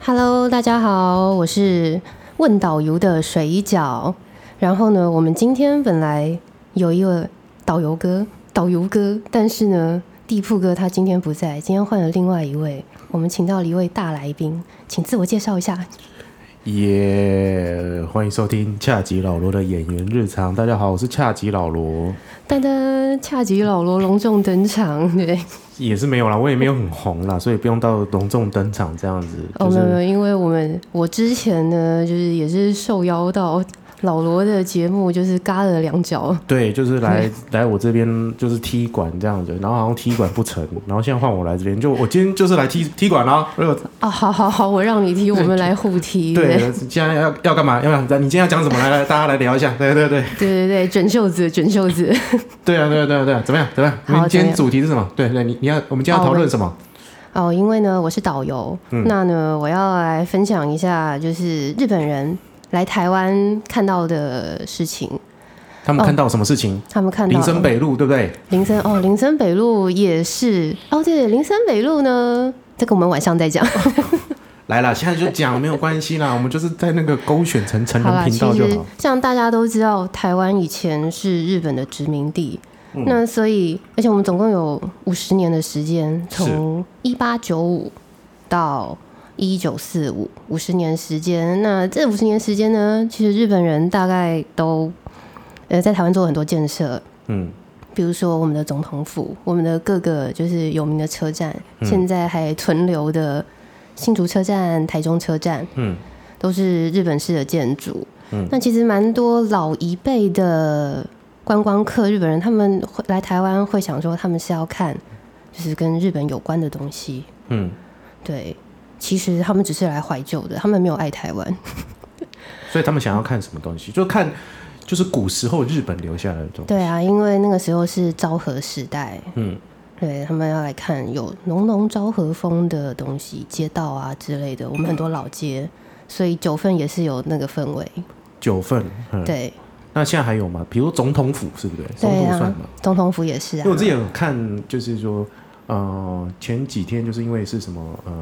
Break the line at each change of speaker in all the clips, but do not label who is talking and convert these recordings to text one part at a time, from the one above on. Hello，大家好，我是问导游的水饺。然后呢，我们今天本来有一个导游哥，导游哥，但是呢，地铺哥他今天不在，今天换了另外一位，我们请到了一位大来宾，请自我介绍一下。
耶欢迎收听恰吉老罗的演员日常。大家好，我是恰吉老罗，
噔噔，恰吉老罗隆重登场，对，
也是没有啦，我也没有很红啦，所以不用到隆重登场这样子。
哦，
就
没有没
是
有，因为我们我之前呢，就是也是受邀到老罗的节目，就是嘎了两脚，
对，就是来来我这边就是踢馆这样子，然后好像踢馆不成，然后现在换我来这边，就我今天就是来踢踢馆啦。如果
啊，好好好，我让你踢，我们来互踢。对
对，现在要要干嘛？要不然你今天要讲什么？来来，大家来聊一下。对对对，
对 对对，卷袖子，卷袖子。
对啊对啊对啊对啊，怎么样怎么样？
好
我们今
怎么
天
样
主题是什么？对对，你你要我们今天要
好
讨
我
论
们
什么？
哦，因为呢，我是导游，那呢，我要来分享一下，就是日本人来台湾看到的事情。
他们看到什么事情？
他们看到
林森北路对不对？
林森哦，林森北路也是哦，对，林森北路呢，这个我们晚上再讲。
来了，现在就讲没有关 系啦，我们就是在那个勾选成成
好啦，
人
其
频道就
实
好。
像大家都知道，台湾以前是日本的殖民地，
嗯
那所以而且我们总共有五十年的时间，
是
从一八九五到一九四五，五十年时间。那这五十年时间呢，其实日本人大概都呃在台湾做很多建设。
嗯，
比如说我们的总统府，我们的各个就是有名的车站，
嗯
现在还存留的新竹车站、台中车站，
嗯，
都是日本式的建筑。嗯，那其实蛮多老一辈的观光客，日本人他们会来台湾会想说，他们是要看就是跟日本有关的东西。
嗯，
对，其实他们只是来怀旧的，他们没有爱台 湾。
所以他们想要看什么东西，就看就是古时候日本留下来的东西。
对啊，因为那个时候是昭和时代，
嗯，
对他们要来看有浓浓昭和风的东西，街道啊之类的，我们很多老街，所以九份也是有那个氛围。
九份，嗯，
对，
那现在还有吗？比如总统府是不是？总
对
统算
啊
吗？，
总统府也是
因
啊
为。我之前有看，就是说，呃，前几天就是因为是什么，呃，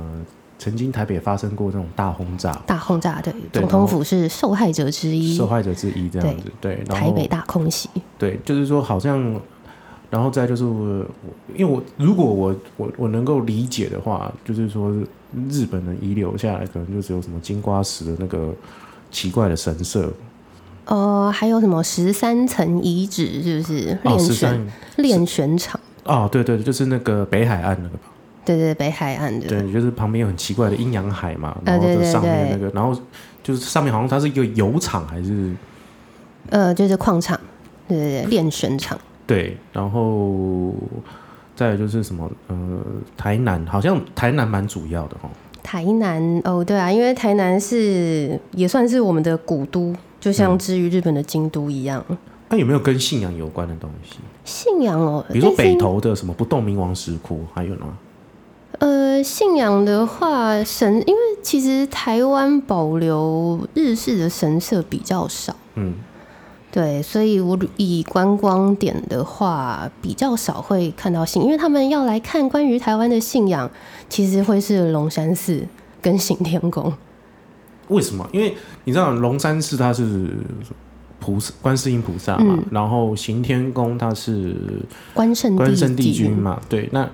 曾经台北发生过那种大轰炸，
大轰炸对，
对
总统府是受害者之一
受，害者之一这样子，对，然
台
后
北大空袭。
对，就是说好像，然后再就是我，我因为我如果我我我能够理解的话，就是说日本人遗留下来可能就只有什么金瓜石的那个奇怪的神社，
呃，还有什么十三层遗址，是不是
哦，
练
十
选
三，
练选场？
哦，对对对，就是那个北海岸那个吧，
对对，北海岸的。
对，就是旁边有很奇怪的阴阳海嘛，
呃
然后
对
就
对
上面
对
那个，然后就是上面好像它是一个油厂还是
呃，就是矿场，对对对，练选场。
对，然后。再来就是什么，呃，台南好像台南蛮主要的哦，
台南哦，对啊，因为台南是也算是我们的古都，就相之于日本的京都一样。
那啊有没有跟信仰有关的东西？
信仰哦，
比如说
但是
北投的什么不动明王石窟，还有呢？
呃，信仰的话，神，因为其实台湾保留日式的神社比较少，
嗯，
对，所以我以观光点的话，比较少会看到信，因为他们要来看关于台湾的信仰，其实会是龙山寺跟行天宫。
为什么？因为你知道龙山寺它是菩萨观世音菩萨嘛，
嗯
然后行天宫它是
关圣
关圣帝君
嗯君
嘛，对，那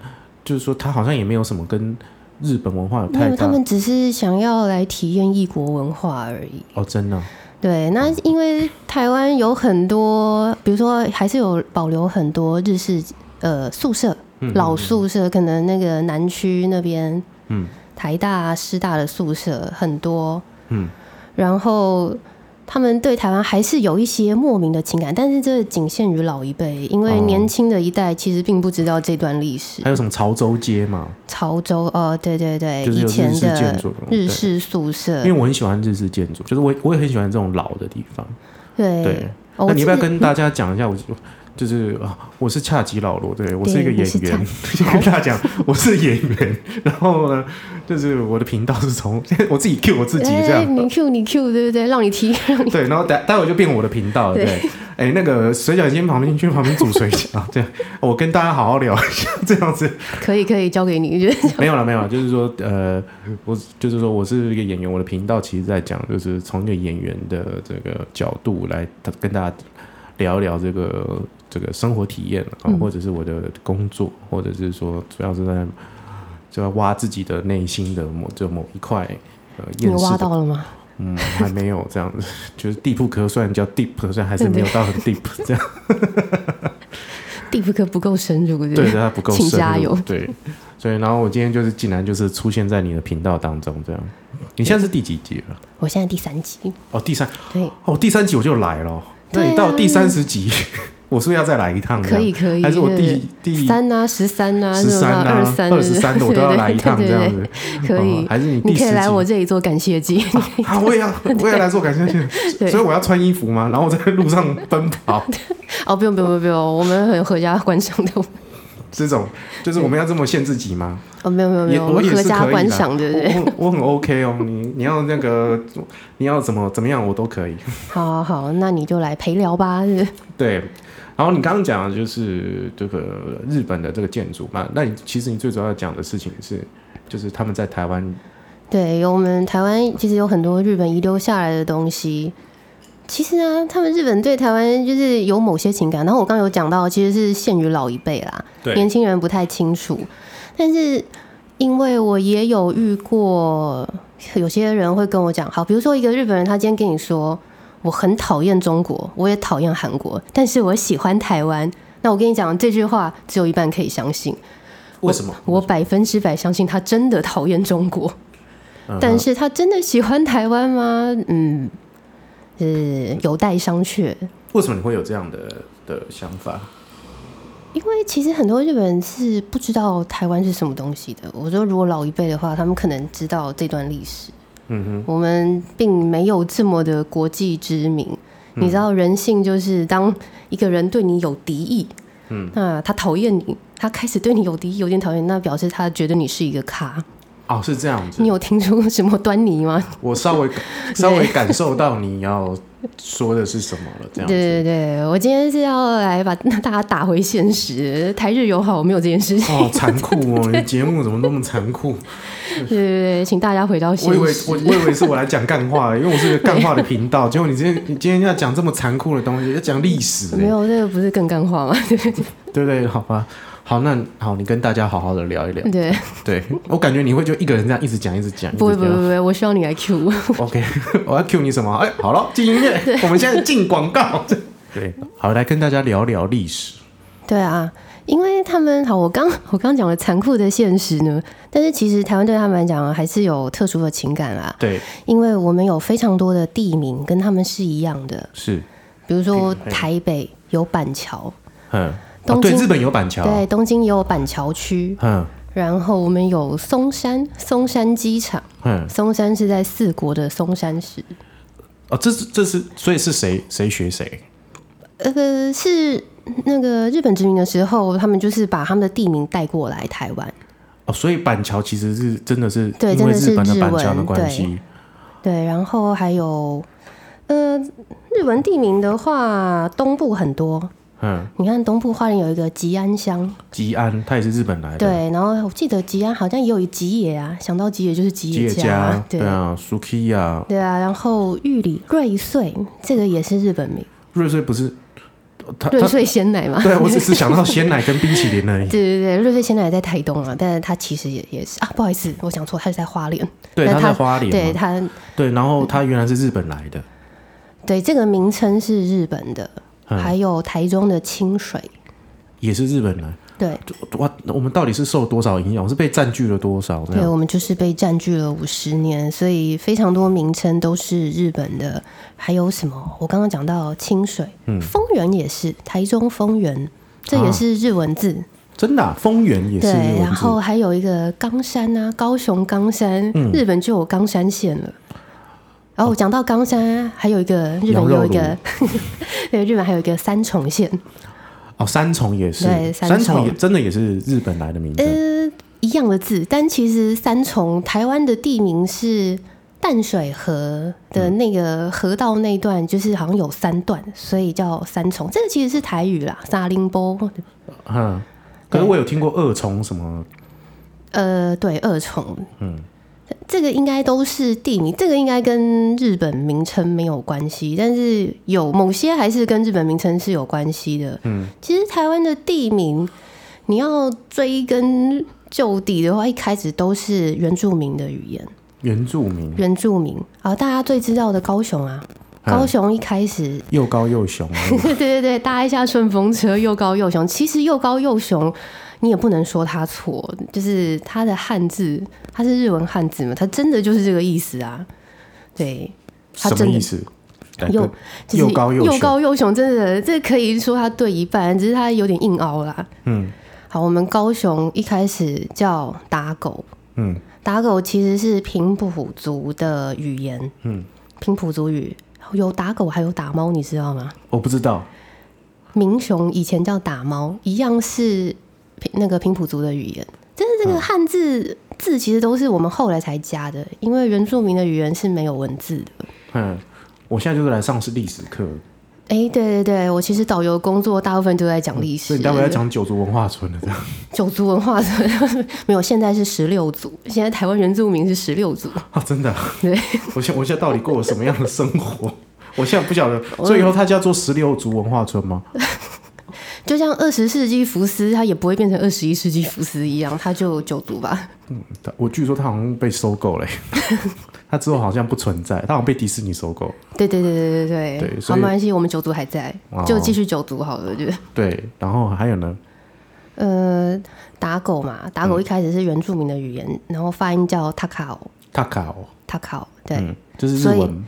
就是说它好像也没有什么跟日本文化有
没
太
有，他
大
们只是想要来体验异国文化而已。
哦，真的啊
对，那因为台湾有很多，比如说还是有保留很多日式呃宿舍，老宿舍，可能那个南区那边，
嗯，
台大、啊、师大的宿舍很多，
嗯，
然后他们对台湾还是有一些莫名的情感，但是这仅限于老一辈，因为
哦哎
年轻的一代其实并不知道这段历史。
还有什么潮州街嘛，
潮州哦，对对对，
就是
以
有
前
日式建
的
筑，
日
对。
式宿舍
因为，我很喜欢日式建筑，就是我我也很喜欢这种老的地方。对
对，，哦
那你要不
我记得
要跟大家讲一下？我就就是啊，我是恰吉老罗，对我是一个
对
演
你是
员，就跟大家讲我是演员。然后呢，就是我的频道是从我自己 Q 我自己这
哎，
样，
你 Q 你 Q 对不对？让你提，
对。然后待待会就变我的频道了，对。哎、那个水饺间旁边去旁边煮水饺，这样我跟大家好好聊一下，这样子
可以可以，交给你，就是
没有了，没有了，就是说，呃，我就是说我是一个演员，我的频道其实在讲，就是从一个演员的这个角度来跟大家聊一聊这个这个生活体验啊，
嗯
或者是我的工作，或者是说主要是在就要挖自己的内心的某就某一块呃
你
厌世
挖
的
到了吗？
嗯，还没有这样子，就是地铺壳虽然叫 deep，虽然还是没有到很 deep 这样，
地铺课不够深入，对不
对，它不够
请
深
加
入
油
对，所以然后我今天就是竟然就是出现在你的频道当中这样，你现在是第几集了？
我现在第三集，
哦，第三，
对，
哦，第三集我就来了哦，那
对
你
啊
到第三十集， 我是不是要再来一趟这
可
样？
以可以，
还是我
对
第第
三啊，十三啊，
十三啊、
二三、
二十三的我都要来一 趟
对
这
对
样
对
子，
对可以
哦。还是你第
你
十
可以
集
来我这里做感谢祭，
啊，我也要，我也来做感谢祭，
对
所以我要穿衣服吗？然后我在路上奔跑，
哦，不用不用不用不用，我们很合家观赏的，
这种就是我们要这么限制级吗？
哦，没有没有没
也
有，
我
们
也
合
是
家
可以
观
的，
赏，对不对？
我我我很 OK 哦，你你要那个你要怎么怎么样我都可以。
好 好好，那你就来陪聊吧，是
对，然后你刚刚讲的就是这个日本的这个建筑嘛，那你其实你最主要讲的事情是，就是他们在台湾，
对，有我们台湾其实有很多日本遗留下来的东西。其实呢，他们日本对台湾就是有某些情感，然后我刚刚有讲到，其实是限于老一辈啦，
对
年轻人不太清楚。但是因为我也有遇过，有些人会跟我讲，好，比如说一个日本人，他今天跟你说，我很讨厌中国，我也讨厌韩国，但是我喜欢台湾。那我跟你讲，这句话只有一半可以相信，
嗯为什么？
我百分之百相信他真的讨厌中国。
嗯哼
但是他真的喜欢台湾吗？嗯，是有待商榷。
为什么你会有这样的的想法？
因为其实很多日本人是不知道台湾是什么东西的。我说，如果老一辈的话，他们可能知道这段历史。
嗯哼，
我们并没有这么的国际知名。
嗯
你知道，人性就是当一个人对你有敌意，嗯，那他讨厌你，他开始对你有敌意，有点讨厌，那表示他觉得你是一个咖。
哦，是这样子
你，有听出什么端倪吗？
我稍微 稍微感受到你要说的是什么了，这样子。
对对对，我今天是要来把大家打回现实，台日友好没有这件事情，
哦，残酷哦！你节目怎么那么残酷？
对对对，请大家回到现
我以为
实。
我我以为是我来讲干话的，因为我是个干话的频道。结果你今天你今天要讲这么残酷的东西，要讲历史、
没
欸，
有，这个不是更干话吗？
对不对？好吧，好，那好，你跟大家好好的聊一聊。
对，
对我感觉你会就一个人这样一直讲，一直讲，
嗯不会
一直
不会
讲
不会，我需要你来 Q 我。
OK，我要 cue 你什么？哎、好了，进音乐， 我们现在进广告。 对，好，来跟大家聊聊历史。
对啊，因为他们好，我刚 我刚讲了残酷的现实呢，但是其实台湾对他们来讲还是有特殊的情感啦，
对，
因为我们有非常多的地名跟他们是一样的，
是，
比如说
嗯嘿
台北有板桥，
嗯，哦
东，
对，
京
日本有板桥，
对，东京也有板桥区，
嗯
然后我们有松山，松山机场，
嗯，
松山是在四国的松山市，
哦，这是这是，所以是谁谁学谁？
呃，是那个日本殖民的时候，他们就是把他们的地名带过来台湾，
哦，所以板桥其实是真的是
对
因
真
为
的是
日本的
日
板
文
桥的关
对
系，
对，然后还有，呃，日文地名的话，东部很多，
嗯，
你看东部花莲有一个吉安乡，
吉安它也是日本来的，，
对，然后我记得吉安好像也有一吉野啊，想到吉野就是吉
吉野
家
家，，
对。
啊，Suki 啊，
对啊，然后玉里瑞穗，这个也是日本名，
瑞穗不是，他
瑞
他
穗鲜奶嘛。
啊对我只是想到鲜奶跟冰淇淋而已，
对对对，瑞穗鲜奶在台东啊，但是它其实也也是啊，不好意思，我讲错，它是在花莲。
对，
那
他
它
在花
对
莲嘛，
它，
对，然后他原来是日本来的，
对这个名称是日本的，
嗯
还有台中的清水，
也是日本来，
对
哇，我们到底是受多少影响？我是被占据了多少？这
对，
样
我们就是被占据了五十年，所以非常多名称都是日本的。还有什么？我刚刚讲到清水，丰原也是台中丰原，这也
嗯啊
是日文字。
真的啊、丰原也是
对，
日文
然
字
后还有一个冈山啊，高雄冈山，
嗯
日本就有冈山县了。然后我讲到冈山，还有一个日本
哦羊肉
有一个， 对，日本还有一个三重县，
哦，三重也是
对，三
三重也
重
真的也是日本来的名字，
呃，一样的字，但其实三重台湾的地名是淡水河的那个河道那一段，就是好像有三段，所以叫三重。这个其实是台语啦，沙林波，
嗯，可是我有听过二重什么，
呃，对，二重。
嗯，
这个应该都是地名，这个应该跟日本名称没有关系，但是有某些还是跟日本名称是有关系的。
嗯，
其实台湾的地名，你要追根究底的话，一开始都是原住民的语言，
原住民，
原住民啊，大家最知道的高雄啊，高
嗯
雄一开始
又高又啊雄，
对对对，搭一下顺风车，又高又雄。其实又高又雄，你也不能说它错，就是它的汉字，它是日文汉字嘛，它真的就是这个意思啊。对， 他
什
真
么
的
意思？来
又
跟
就是
又高又
又
雄
高又雄，真的这可以说它对一半，只是它有点硬凹啦。
嗯
好，我们高雄一开始叫打狗，
嗯
打狗其实是平埔族的语言，
嗯，
平埔族语有打狗还有打猫，你知道吗？
我不知道，
民雄以前叫打猫，一样是平那个平埔族的语言。但是这个汉字、字其实都是我们后来才加的，因为原住民的语言是没有文字的。
嗯，我现在就是来上是历史课，
哎，对对对，我其实导游工作大部分都在讲历
哦所
史，
以你待会要讲九族文化村的这样，
九族文化，没有，现在是十六族，现在台湾原住民是十六族，
啊，真的啊，
对，
我现我现在到底过了什么样的生活？ 我现在不晓得，所以以后它叫做十六族文化村吗？
就像二十世纪福斯，它也不会变成二十一世纪福斯一样，它就九族吧。
它我据说它好像被收购 了欸、它之后好像不存在，它好像被迪士尼收购。
对对对对对
对所
好，
以
没关系，我们九族还在，
哦
就继续九族好了，就。
对，然后还有呢，
呃，打狗嘛，打
嗯
狗一开始是原住民的语言，然后发音叫 takao
塔卡哦，
takao，对，
嗯，就是日
所以
文，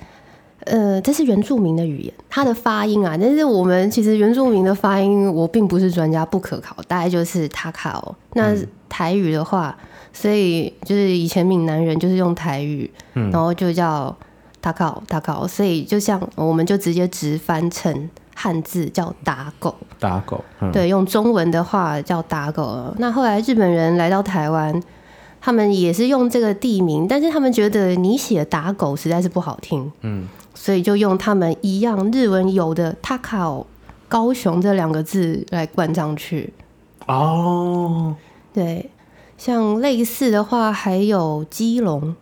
呃，这是原住民的语言，它的发音啊，但是我们其实原住民的发音我并不是专家，不可考，大概就是 takao。那台语的话，所以就是以前闽南人就是用台语，然后就叫 takao takao，所以就像我们就直接直翻成汉字叫打狗。
打狗，嗯，
对，用中文的话叫打狗。那后来日本人来到台湾，他们也是用这个地名，但是他们觉得你写打狗实在是不好听，
嗯，
所以就用他们一样日文有的 “takao” 高雄这两个字来冠上去。
哦，
对，像类似的话还有基隆，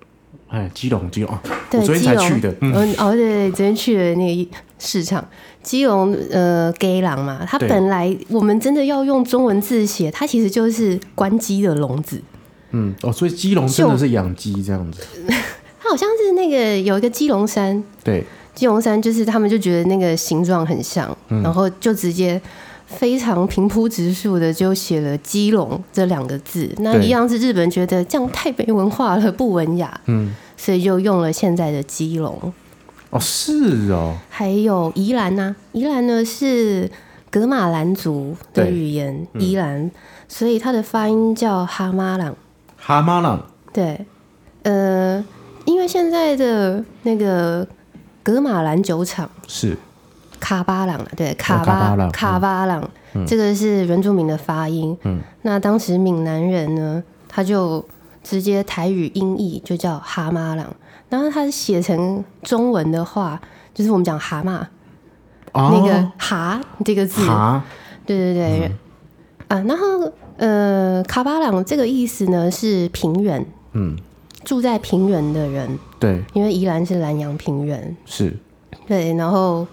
哎，基隆，基隆，啊
对，
我昨天
基
才
隆，
去的，嗯，
嗯，哦，对对，昨天去的那个市场，基隆呃 gay 郎嘛，它
对
本来我们真的要用中文字写，它其实就是关机的笼子。
嗯，哦，所以基隆真的是养鸡这样子，
它好像是那个有一个基隆山，
对，
基隆山就是他们就觉得那个形状很像，
嗯
然后就直接非常平铺直述的就写了“基隆”这两个字。那
对
一样是日本人觉得这样太没文化了，不文雅，
嗯，
所以就用了现在的基隆。
哦，是哦，
还有宜兰呐、宜兰呢是格马兰族的
对
语言，宜
嗯
兰，所以它的发音叫哈马朗。
蛤蟆朗，
对，呃，因为现在的那个格马兰酒厂
是，
卡巴朗啊，对，卡
哦卡巴
巴
朗
卡巴朗，这个是原住民的发音。
嗯，
那当时闽南人呢，他就直接台语音译就叫哈马朗，然后他写成中文的话，就是我们讲蛤蟆。那个
哦，
“蛤”这个字，
蛤，
对对对，
嗯
啊，然后呃，卡巴朗这个意思呢是平原，
嗯，
住在平原的人，
对，
因为宜兰是南洋平原，
是，
对，然后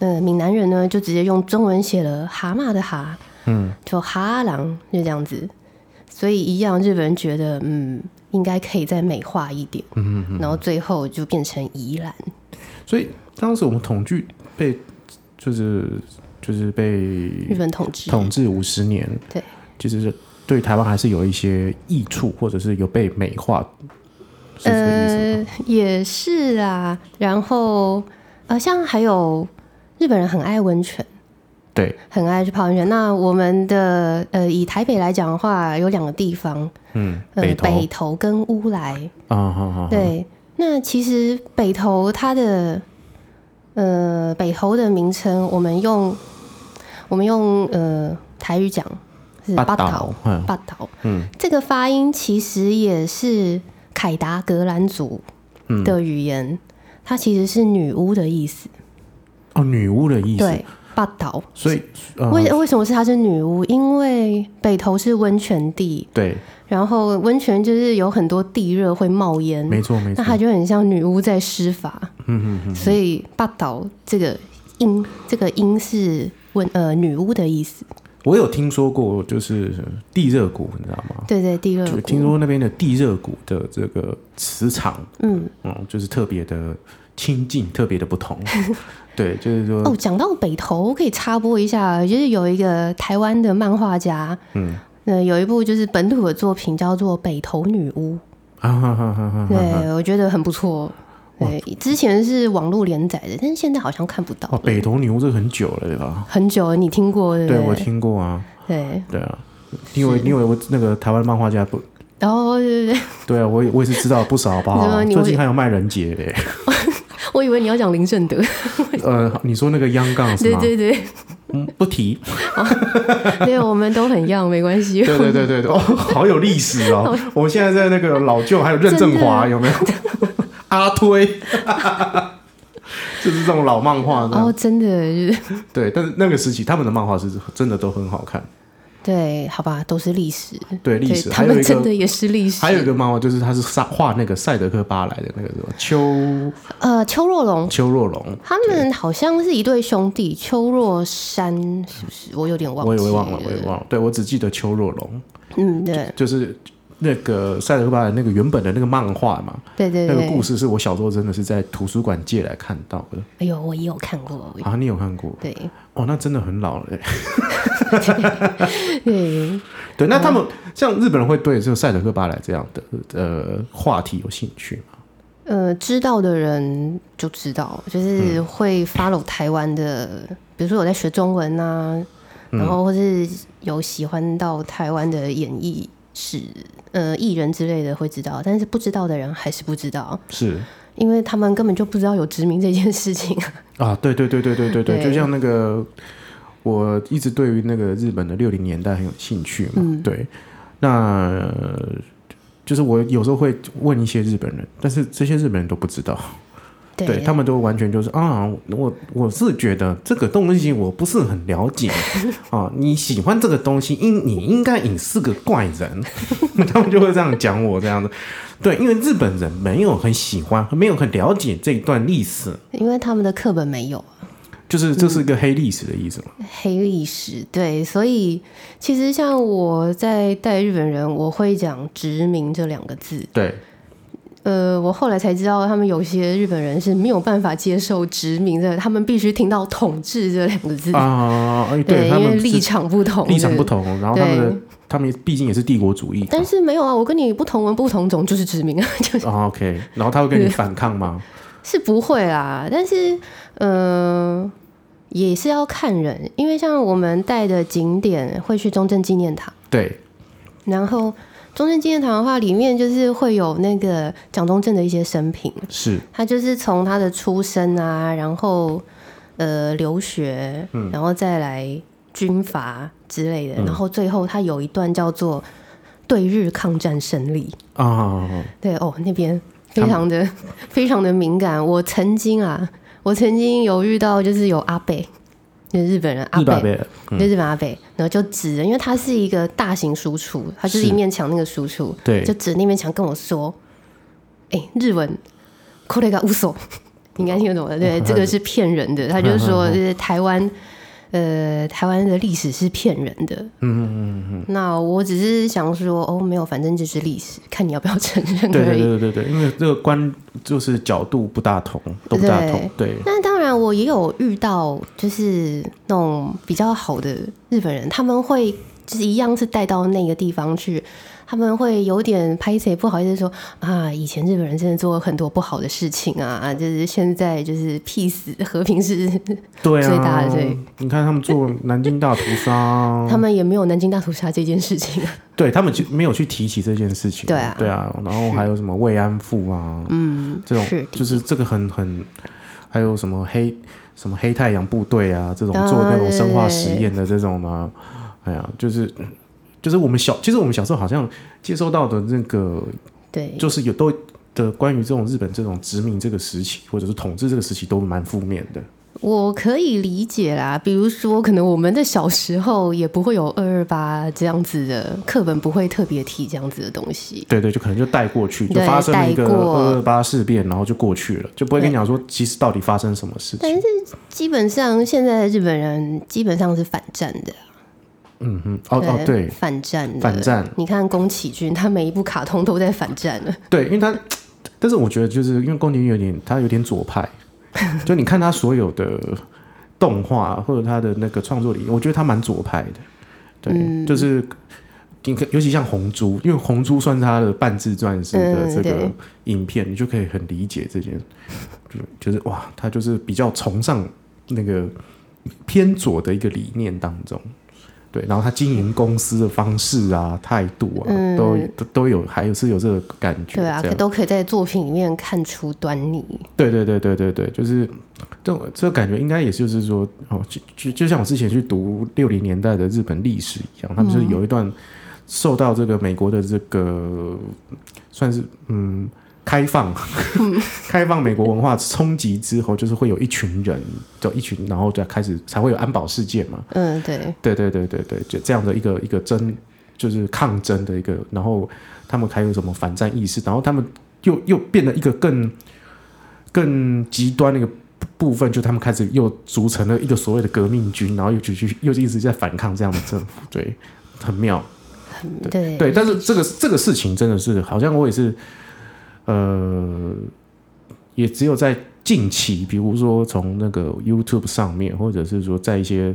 呃，闽南人呢就直接用中文写了蛤蟆的蛤，
嗯，
就哈郎就这样子，所以一样日本人觉得嗯应该可以再美化一点，
嗯嗯。
然后最后就变成宜兰，
所以当时我们统治被就是就是被
日本统治，
统治五十年，
对，
其实是对台湾还是有一些益处，或者是有被美化，是这个意思吗？
呃，也是啊。然后呃，像还有日本人很爱温泉，
对，
很爱去泡温泉。那我们的呃，以台北来讲的话，有两个地方，
嗯，
呃，
北投
北投跟乌来。
啊，好好，好，
对，那其实北投它的呃北投的名称，我们用我们用呃台语讲是
八
八
岛
岛，
嗯
八岛。
嗯，
这个发音其实也是凯达格兰族
嗯
的语言，它其实是女巫的意思。
哦，女巫的意思。
对，霸岛。
所以呃，
为为什么是她是女巫？因为北投是温泉地，
对，
然后温泉就是有很多地热会冒烟，
没错没
那
错。
她就很像女巫在施法。
嗯嗯嗯，
所以霸岛这个音，这个音是问呃女巫的意思。
我有听说过，就是地热谷，你知道吗？
对对，第二
就
股
听说那边的地热谷的这个磁场，
嗯，
嗯，就是特别的亲近，特别的不 同。对，就是说，
哦，讲到北投，可以插播一下，就是有一个台湾的漫画家，
嗯，
呃，有一部就是本土的作品叫做《北投女巫》，
啊哈哈哈哈
对、
哈。
我觉得很不错。对，之前是网络连载的，但是现在好像看不到
哦，
了。
北投女巫这个很久了，对吧？
很久了，你听过对不
对，我
对？
听过啊，
对，
对啊。你以为你以为我那个台湾漫画家不？
然后对对对，
对啊，我也我也是知道不 少吧
怎么。啊你会
最近还有卖人杰 嘞。
我以为你要讲林正德，
呃，你说那个央杠是
对
吗？
对 对，
嗯，不提。
对我们都很样，没关系。
对对对对对，哦，好有历史 哦。我们现在在那个老舅还有任正华
真的
有没有？阿推， 就是这种老漫画这样
哦，真的就是
对，但是那个时期他们的漫画是真的都很好看。
对，好吧，都是历史，
对历史，
嗯对他
还有
们
一
真
个
的也是历史。
还有一个漫画就是他是萨画那个赛德克巴莱的那个什么邱
呃，邱若龙，
邱若龙，
他们好像是一对兄弟，邱若山是不是？我有点忘
我
记，
也忘了，我也忘了。对我只记得邱若龙，
嗯，对，
就是那个赛德克巴莱那个原本的那个漫画嘛，
对对
那
对，
个故事是我小时候真的是在图书馆借来看到的。
哎呦，我也有看过，
啊，你有看过？
对
哦，那真的很老了耶。
对，
对，那他们、像日本人会对这个赛德克巴莱这样的呃话题有兴趣吗？
呃，知道的人就知道，就是会 follow 台湾的，比如说我在学中文啊，
嗯
然后或是有喜欢到台湾的演艺史。呃，艺人之类的会知道，但是不知道的人还是不知道，
是
因为他们根本就不知道有殖民这件事情。
啊，对对对对对对对，
对
就像那个我一直对于那个日本的六零年代很有兴趣嘛，对，那。呃就是我有时候会问一些日本人，但是这些日本人都不知道，
对
对他们都完全就是啊，我我是觉得这个东西我不是很 了解啊，你喜欢这个东西，应你应该也是个怪人， 他们就会这样讲我这样子，对，因为日本人没有很喜欢，没有很了解这一段历史，
因为他们的课本没有
就是这是一个黑历史的意思嘛？
黑历史，对，所以其实像我在带日本人，我会讲“殖民”这两个字。
对，
呃，我后来才知道，他们有些日本人是没有办法接受“殖民”的，他们必须听到“统治”这两个字。
啊，哎
嗯对，
对他
因为
们
立
是
场不同，
立场不
对。
同，然后他们的他们毕竟也是帝国主义嘛。
但是没有啊，我跟你不同文不同种就是殖民 啊，就是
啊 OK，然后他会跟你反抗吗？
是不会啦，但是呃，也是要看人，因为像我们带的景点会去中正纪念堂。
对，
然后中正纪念堂的话，里面就是会有那个蒋中正的一些生平，
是
他就是从他的出生啊，然后呃留学，
嗯
然后再来军阀之类的，然后最后他有一段叫做对日抗战胜利，
啊，
对哦，那边非常的 非常的敏感。我曾经啊，我曾经有遇到就是有阿贝，就是日本人阿
日
贝
本，贝尔，嗯
就日本阿北，然后就指，因为它是一个大型输出，它就是
是
一面墙那个输出，
对
就指那面墙跟我说，哎、日文 k o r e g a uso，你 应该听得懂的，对，这个是骗人的，他就是说，就是台湾，呃，台湾的历史是骗人的，嗯嗯嗯那我只是想说，哦，没有，反正就是历史，看你要不要承 认
对
而
对
已。
对对对，因为这个观就是角度不大同，都不大同，对，
那当然，我也有遇到，就是那种比较好的日本人，他们会就是一样是带到那个地方去，他们会有点拍谁不好意思说啊，以前日本人真的做了很多不好的事情啊，啊就是现在就是 peace 和平 是，
对
最大
啊
的对，
你看他们做南京大屠
他
杀，
们也没有南京大屠杀这件事情啊。
对他们就没有去提起这件事情，
对啊
对啊，然后还有什么慰安妇啊，嗯，这种
是的
就是这个很很，还有什么黑什么黑太阳部队啊，这种
啊
做那种
对
生化实验的这种呢、哎呀，就是。就是我们小，其实我们小时候好像接收到的那个，
对，
就是有都的关于这种日本这种殖民这个时期，或者是统治这个时期，都蛮负面的。
我可以理解啦，比如说，可能我们的小时候也不会有二二八这样子的课本，不会特别提这样子的东西。
对对，就可能就带过去，就
对
发生了一个
带过
二二八事变，然后就过去了，就不会跟你讲说其实到底发生什么事
但
情。
是基本上现在的日本人基本上是反战的，
嗯嗯，哦哦，对
反战的，
反战
你看宫崎骏，他每一部卡通都在反战了。
对，因为他，但是我觉得就是因为宫崎骏有点他有点左 派，就你看他所有的动画或者他的那个创作理念，我觉得他蛮左派的。对，
嗯
就是你可尤其像红猪，因为红猪算是他的半自传式的
嗯
这个
对
影片，你就可以很理解这件，就就是哇，他就是比较崇尚那个偏左的一个理念当中。对，然后他经营公司的方式啊、态度啊，
嗯
都都都有，还有是有这个感觉。
对啊，
这
可
样
都可以在作品里面看出端倪。
对对对对对对，就是这种这个感觉，应该也就是说，哦，就就就像我之前去读六零年代的日本历史一样，他们
嗯
就是有一段受到这个美国的这个算是嗯开放
嗯
开放美国文化冲击之后，就是会有一群人，就一群，然后就开始才会有安保事件嘛，
嗯，对，
对对对对对，就这样的一个一个争，就是抗争的一个，然后他们还有什么反战意识，然后他们又又变得一个更更极端的一个部分，就他们开始又组成了一个所谓的革命军，然后又继续又一直在反抗这样的政府，对，很妙。
对，
对，但是这个这个事情真的是，好像我也是，呃，也只有在近期，比如说从那个 YouTube 上面，或者是说在一些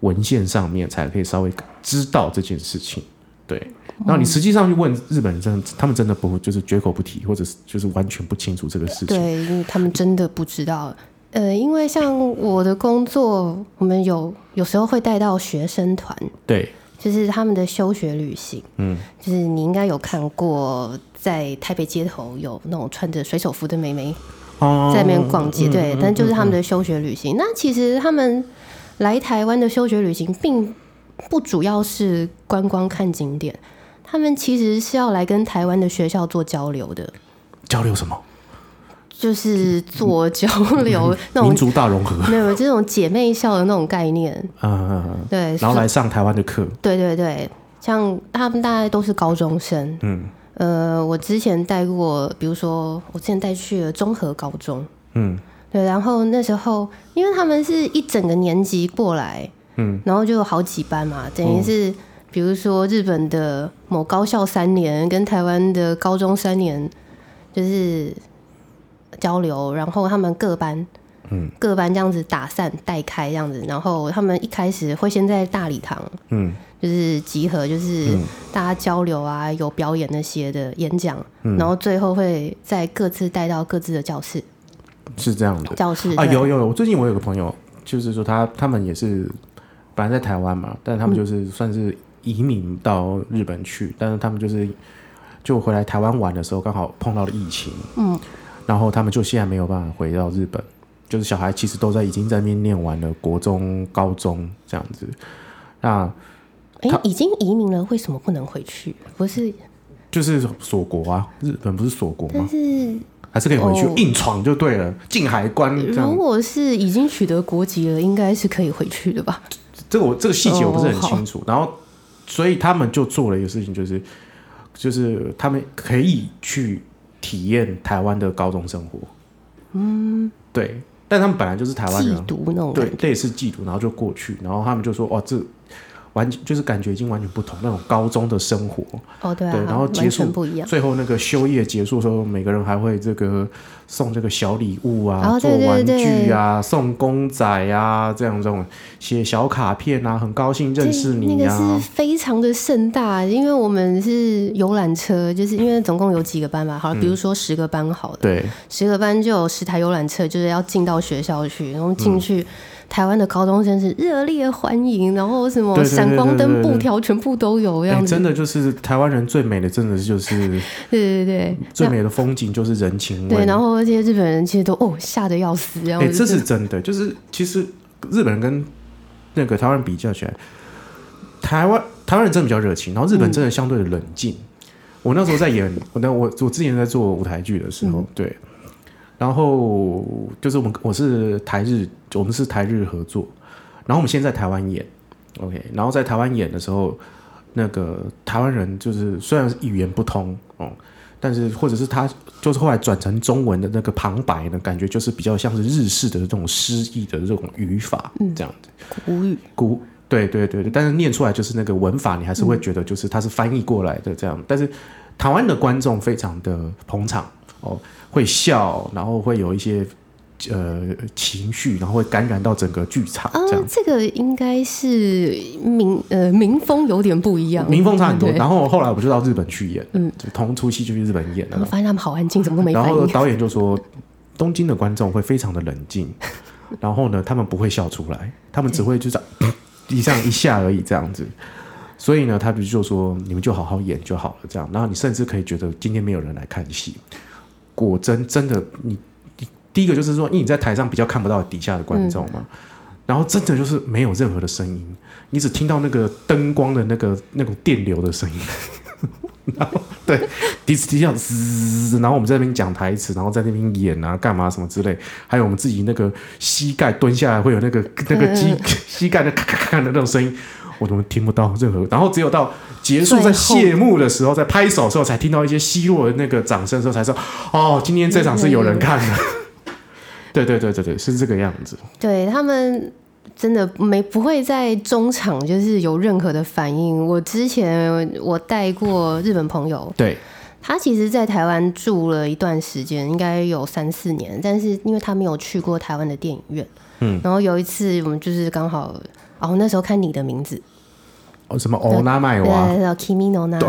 文献上面，才可以稍微知道这件事情。对，
哦
然后你实际上去问日本人，真的他们真的不就是绝口不提，或者是就是完全不清楚这个事情。
对，因为他们真的不知道。呃，因为像我的工作，我们有有时候会带到学生团，
对
就是他们的休学旅行。
嗯，
就是你应该有看过，在台北街头有那种穿着水手服的妹妹
哦，
在那边逛街，
嗯
对，但就是他们的休学旅行。那其实他们来台湾的休学旅行，并不主要是观光看景点，他们其实是要来跟台湾的学校做交流的，
交流什么
就是做交流那
嗯民
种。
族大融合，
没有这种姐妹校的那种概念，
嗯，
对，
然后来上台湾的课，
对对对，像他们大概都是高中生。
嗯
呃，我之前带过，比如说我之前带去了综合高中，
嗯
对，然后那时候因为他们是一整个年级过来，
嗯，
然后就有好几班嘛，等于是、比如说日本的某高校三年跟台湾的高中三年就是交流，然后他们各班。
嗯，
各班这样子打散带开这样子，然后他们一开始会先在大礼堂，
嗯
就是集合，就是
嗯
大家交流啊，有表演那些的演讲，
嗯
然后最后会再各自带到各自的教室。
是这样的。
教室
啊，
对
有有有，我最近我有个朋友，就是说他他们也是本来在台湾嘛，但他们就是算是移民到日本去，但是他们就是就回来台湾玩的时候，刚好碰到了疫情，
嗯，
然后他们就现在没有办法回到日本，就是小孩其实都在已经在那边念完了国中、高中这样子，那
哎、
他嗯
已经移民了，为什么不能回去？不是，
就是锁国啊，日本不是锁国
但
吗？
是
还是可以回去、
哦
硬闯就对了，进海关这样
如果是已经取得国籍了，应该是可以回去的吧？
这个我这个细节我不是
哦
很清楚。然后，所以他们就做了一个事情，就是就是他们可以去体验台湾的高中生活。嗯，对，但他们本来就是台湾
寄
人，
读那种感
对
觉，，
类似嫉妒，然后就过去，然后他们就说：“哦哇，这完全就是感觉已经完全不同那种高中的生活。”
哦，对啊，
对然后结
完
束
全不一样。
最后那个休业结束的时候，每个人还会这个送这个小礼物啊，
哦
做
对对
玩
对
具啊，送公仔啊，这样这种写小卡片啊，很高兴认识
那
你
个
啊。
是非常的盛大，因为我们是游览车，就是因为总共有几个班嘛，好，
嗯
比如说十个班好了，
对，
十个班就有十台游览车，就是要进到学校去，然后进
嗯
去。台湾的高中生是热烈欢迎，然后什么
对对对
闪光灯
对对对
布条全部都有，这
哎、
样子。
真的就是台湾人最美的，真的就是
对对对
最美的风景就是人情味。
对，然后这些日本人其实都哦吓得要死，这样
哎、
子。
这是真的，就是其实日本人跟那个台湾人比较起来，台湾台湾人真的比较热情，然后日本真的相对的冷静。我那时候在演，我那我我之前在做舞台剧的时候，对，然后就是我们我是台日，我们是台日合作，然后我们先在台湾演，OK，然后在台湾演的时候，那个台湾人就是虽然语言不通哦、但是或者是他就是后来转成中文的那个旁白呢，感觉就是比较像是日式的这种诗意的这种语法，这样子。
无嗯语，
古对对对对，但是念出来就是那个文法，你还是会觉得就是它是翻译过来的这样。但是台湾的观众非常的捧场哦，会笑，然后会有一些呃情绪，然后会感染到整个剧场
啊
这样，。
这个应该是民呃民风有点不一样，
民风差很多，
对
然后后来我就到日本去演，嗯，就同出戏就去日本演了
然后。发现他们好安静，怎么都没
然
反
后
应。
导演就说，东京的观众会非常的冷 静，然后呢，他们不会笑出来，他们只会就这样一上一下而已这样子。所以呢，他就就说你们就好好演就好了，这样。然后你甚至可以觉得今天没有人来看戏，果真真的你你第一个就是说，因为你在台上比较看不到底下的观众
嗯
嘛，然后真的就是没有任何的声音，你只听到那个灯光的那个那种电流的声音，然后对，笛子笛这样滋，然后我们在那边讲台词，然后在那边演啊，干嘛什么之类，还有我们自己那个膝盖蹲下来会有那个那个膝膝盖的咔咔咔的那种声音，我怎么听不到任何？然后只有到结束在
最后
谢幕的时候，在拍手的时候才听到一些奚落的那个掌声的时候，才说哦，今天这场是有人看的。对对对对对，是这个样子。
对他们真的没不会在中场就是有任何的反应。我之前我带过日本朋友，
对，
他其实在台湾住了一段时间，应该有三四年，但是因为他没有去过台湾的电影院，嗯，然后有一次我们就是刚好哦，那时候看《你的名字》，
哦什么欧纳麦
对
娃，
对对，Kimi no Na，
对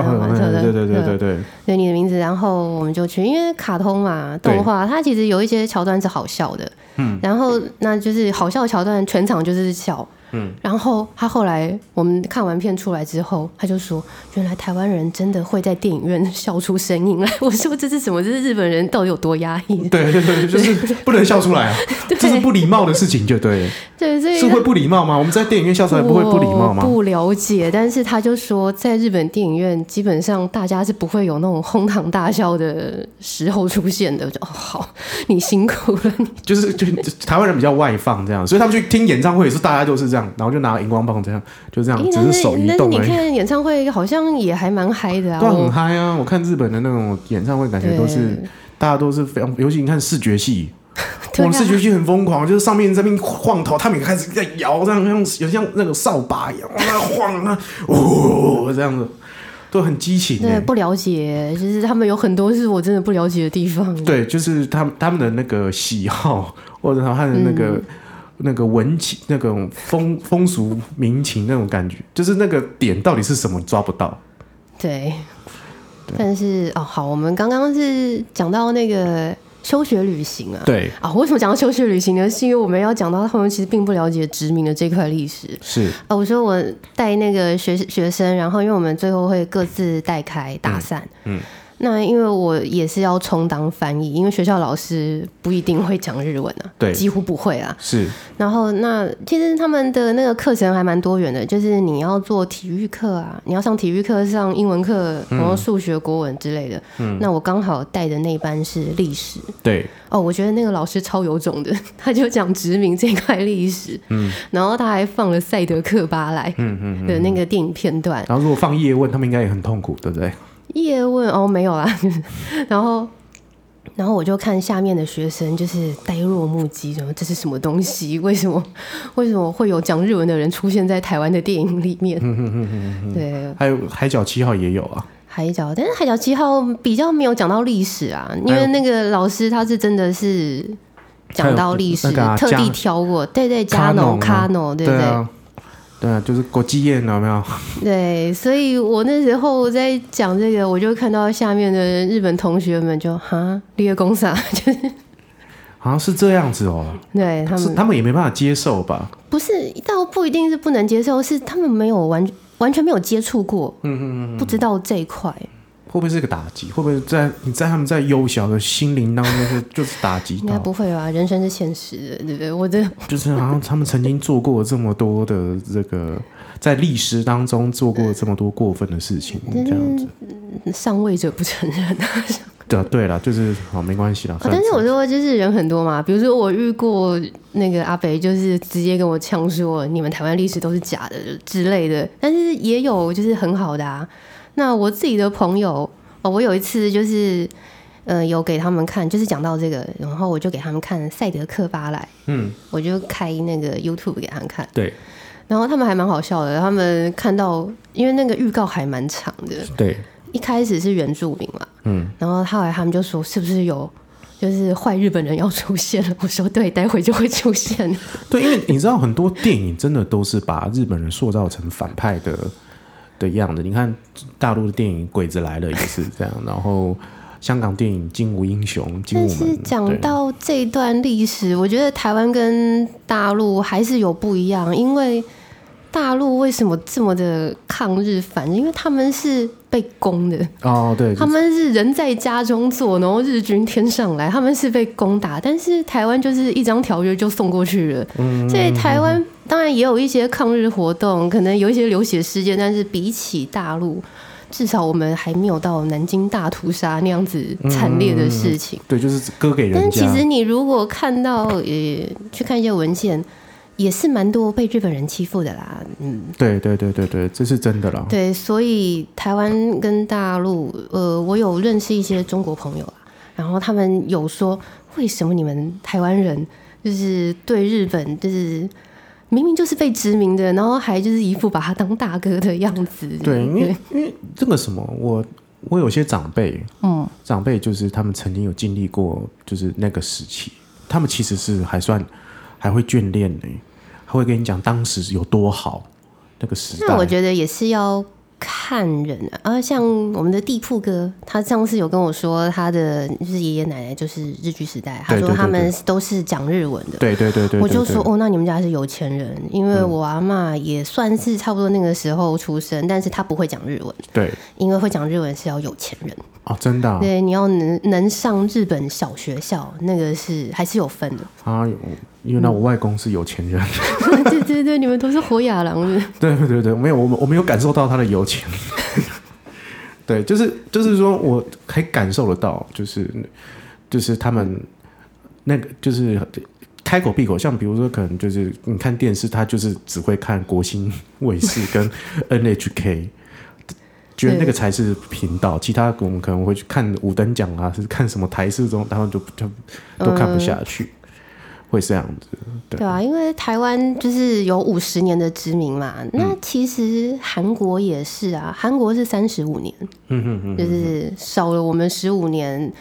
对对对对对，
对你的名字，然后我们就去，因为卡通嘛，
对
动画它其实有一些桥段是好笑的，嗯，然后那就是好笑的桥段，全场就是笑，嗯，然后他后来我们看完片出来之后，他就说，原来台湾人真的会在电影院笑出声音来， 我说这是什么？这是日本人到底有多压抑？
对对对，就是不能笑出来啊，这是不礼貌的事情，就对了，
对，所以
是
他
会不礼貌吗？我们在电影院笑出来不会不礼貌
我
吗？
不了解，但是他就说，在日本电影院基本上大家是不会有那种哄堂大笑的时候出现的。我就哦，好，你辛苦了，你
就是 就就台湾人比较外放这样，所以他们去听演唱会也是大家都是这样，然后就拿荧光棒这样，就这样，啊只
但
是手一
但是
动
你
而已。
看演唱会好像也还蛮嗨的啊，
对啊，
我
很嗨啊！我看日本的那种演唱会，感觉都是
对
大家都是非常，尤其你看视觉系，
对啊
哇，视觉系很疯狂，就是上面这边晃头，他们也开始在摇，这样像有像那个扫把一样，哇，晃啊，哦，这样子都很激情
对
哎。
不了解，就是他们有很多是我真的不了解的地方。
对，就是他们他们的那个喜好，或者他的那个、
嗯
那个文情、那种风风俗民情那种感觉，就是那个点到底是什么抓不到。
对，但是哦，好，我们刚刚是讲到那个休学旅行啊。
对，
啊、为什么讲到休学旅行呢？是因为我们要讲到他们其实并不了解殖民的这块历史。
是，
啊，我说我带那个学学生，然后因为我们最后会各自带开打散，嗯，那因为我也是要充当翻译，因为学校老师不一定会讲日文啊，
对
几乎不会啊。
是，
然后那其实他们的那个课程还蛮多元的，就是你要做体育课啊，你要上体育课、上英文课，然后数学、国文之类的。嗯，那我刚好带的那一班是历史，
对，
哦，我觉得那个老师超有种的， 他就讲殖民这块历史，嗯，然后他还放了塞德克巴莱
嗯嗯。
的那个电影片段，
然后如果放叶问，他们应该也很痛苦，对不对？
叶问哦没有啦， 然后然后我就看下面的学生就是呆若木鸡，然后这是什么东西？为什么为什么会有讲日文的人出现在台湾的电影里面？
嗯
对，
还有《海角七号》也有啊，
海角，但是海角七号比较没有讲到历史啊，因为那个老师他是真的是讲到历史，
还有那个啊
特地
加
挑过，对对，加
卡
农
农
卡农，对不对？
啊，对啊，就是国际宴有没有？
对，所以我那时候在讲这个，我就看到下面的日本同学们就哈，立业公啥， 就是
好像是这样子哦，
对他
是
们
他们也没办法接受吧？
不是倒不一定是不能接受，是他们没有完完全没有接触过，嗯嗯嗯，不知道这一块。
会不会是个打击？会不会在你在他们在幼小的心灵当中是就是打击
应该
到？
不会吧？人生是现实的，对不对？我的
就是好像他们曾经做过这么多的这个在历史当中做过这么多过分的事情，这样子。
上位者不承认。
对啊对了，就是好没关系啦。
哦但是我说就是人很多嘛，比如说我遇过那个阿北，就是直接跟我呛说你们台湾历史都是假的就之类的，但是也有就是很好的啊。那我自己的朋友，哦，我有一次就是。呃，有给他们看，就是讲到这个，然后我就给他们看《赛德克巴莱》，
嗯，
我就开那个 YouTube 给他们看，
对
然后他们还蛮好笑的，他们看到因为那个预告还蛮长的，
对，
一开始是原住民嘛，
嗯，
然后后来他们就说是不是有就是坏日本人要出现了？我说对，待会就会出现。
对，因为你知道很多电影真的都是把日本人塑造成反派的的样子。你看大陆的电影《鬼子来了》也是这样，然后香港电影《精武英雄》《精武
但
门》
是讲
对
到这段历史，我觉得台湾跟大陆还是有不一样，因为大陆为什么这么的抗日反？因为他们是被攻的，
哦，对，
他们是人在家中坐，然后日军天上来，他们是被攻打，但是台湾就是一张条约就送过去了，所以台湾当然也有一些抗日活动，可能有一些流血事件，但是比起大陆，至少我们还没有到南京大屠杀那样子惨烈的事情。
对，就是割给人
但
家
其。实你如果看到呃去看一些文献，也是蛮多被日本人欺负的啦，嗯，
对对对对对，这是真的啦。
对，所以台湾跟大陆，呃，我有认识一些中国朋友啊，然后他们有说，为什么你们台湾人就是对日本就是明明就是被殖民的，然后还就是一副把他当大哥的样子？
嗯对，因为因为这个什么，我我有些长辈，
嗯，
长辈就是他们曾经有经历过，就是那个时期，他们其实是还算还会眷恋呢、还会跟你讲当时有多好那个时代。
那我觉得也是要看人啊，啊像我们的地铺哥，他上次有跟我说，他的就是爷爷奶奶就是日据时代，他
对
说
对对
他们都是讲日文的。
对对对对，
我就
对嗯对
说哦，那你们家是有钱人，因为我阿嬷也算是差不多那个时候出生，但是她不会讲日文，
对
因为会讲日文是要有钱人，
哦，真的啊
对，你要能能上日本小学校，那个是还是有分的。
啊，有因为那我外公是有钱人，
对对对，你们都是活亚郎 的，
对对对对，没有，我们我没有感受到他的有钱。 对，就是就是说，我还感受得到，就是就是他们那个就是开口闭口，像比如说，可能就是你看电视，他就是只会看国新卫视跟 NHK。觉得那个才是频道，其他我们可能会去看五等奖啊，是看什么台式中，他们就就
呃
都看不下去，会这样子。对
对啊，因为台湾就是有五十年的殖民嘛，
嗯
那其实韩国也是啊，韩国是三十五年，
嗯嗯嗯，
就是少了我们十五年，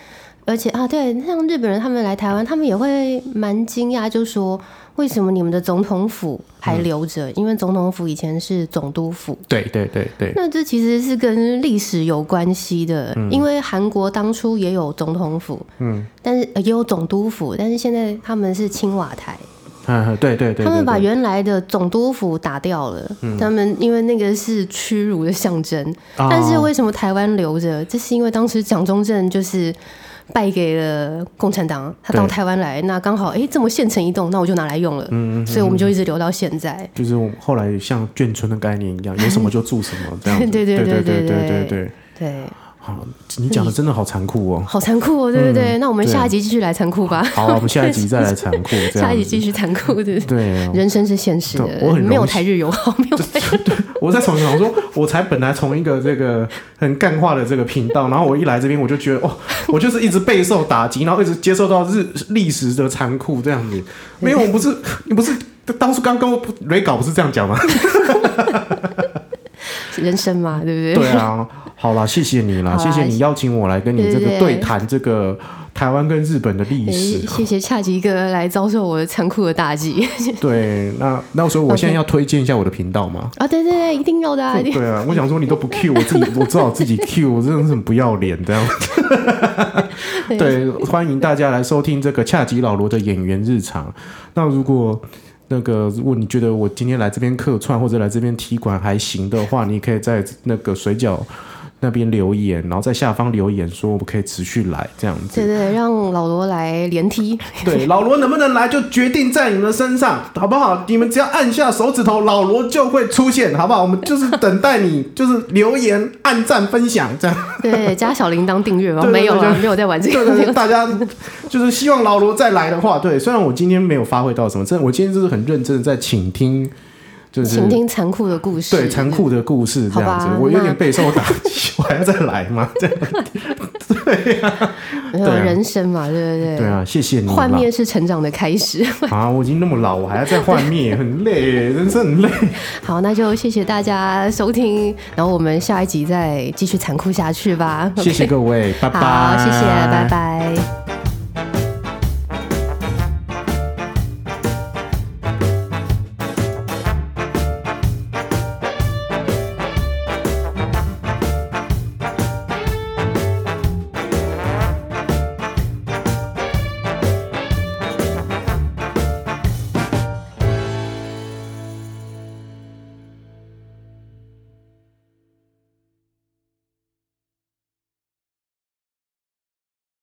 而且啊，对，像日本人他们来台湾，他们也会蛮惊讶，就说为什么你们的总统府还
嗯
留着？因为总统府以前是总督府，
对对对对，
那这其实是跟历史有关系的，
嗯
因为韩国当初也有总统府，嗯，但是、呃也有总督府，但是现在他们是青瓦台，
嗯对对对对，
他们把
对
原来的总督府打掉了，他们因为那个是屈辱的象征。但是
哦
为什么台湾留着？这是因为当时蒋中正就是败给了共产党，他到
对
台湾来，那刚好哎、诶这么现成一栋，那我就拿来用了，
嗯
所以我们就一直留到现在。
就是我们后来像眷村的概念一样，有什么就住什么这样 子。
对对
对
对
对
对
对
对
对。
对，
好，你讲的真的好残酷哦。
好残酷哦，对对对。那我们
嗯对
下一集继续来残酷吧，
好，我们下一集再来残酷 这
下一
样
集继
子。
续残酷的。
对啊，
人生是现实
对
的
我，很
没有
荣幸
台日友好，没有台
我在重新想说，我才本来从一个这个很干化的这个频道，然后我一来这边，我就觉得哦，我就是一直备受打击，然后一直接受到日历史的残酷这样子。没有，我不是你不是当初刚跟我雷稿不是这样讲吗？
人生嘛，对不 对？
对啊，好啦，谢谢你啦，
好啊
谢
啦
谢你邀请我来跟你这
对对
个
对
对谈这个台湾跟日本的历
诶
史。
哎谢谢恰吉哥来遭受我的残酷的打击
对，那那时候我现在要推荐一下我的频道吗？
啊！对对对，一定要的、啊，一定
对啊，我想说你都不 Q 我自己，我只好自己 Q，我真的是很不要脸这样。对，欢迎大家来收听这个恰吉老罗的演员日常。那如果那个，如果你觉得我今天来这边客串或者来这边踢馆还行的话，你可以在那个水饺那边留言，然后在下方留言说我们可以持续来这样子。
对对，让老罗来来连踢，
对，老罗能不能来就决定在你们身上，好不好？你们只要按下手指头，老罗就会出现，好不好？我们就是等待你，就是留言、按赞、分享这 样。
对，加小铃铛订阅吧。
对对
没有
对
了，没有在玩这
对
个。
对对，大家就是希望老罗再来的话，对，虽然我今天没有发挥到什么，真的，我今天就是很认真的在倾听， 就是
请听残酷的故事。
对残酷的故事这样子
好吧，
我有
那
点备受打击，我还要再来吗？这样
没有
对啊
人生嘛，对不对？
对啊，谢谢你啦。
幻灭是成长的开始。
啊，我已经那么老，我还要再幻灭，很累，人生 很累。
好，那就谢谢大家收听，然后我们下一集再继续残酷下去吧。
谢谢各位，拜拜。
好，谢谢，拜。拜。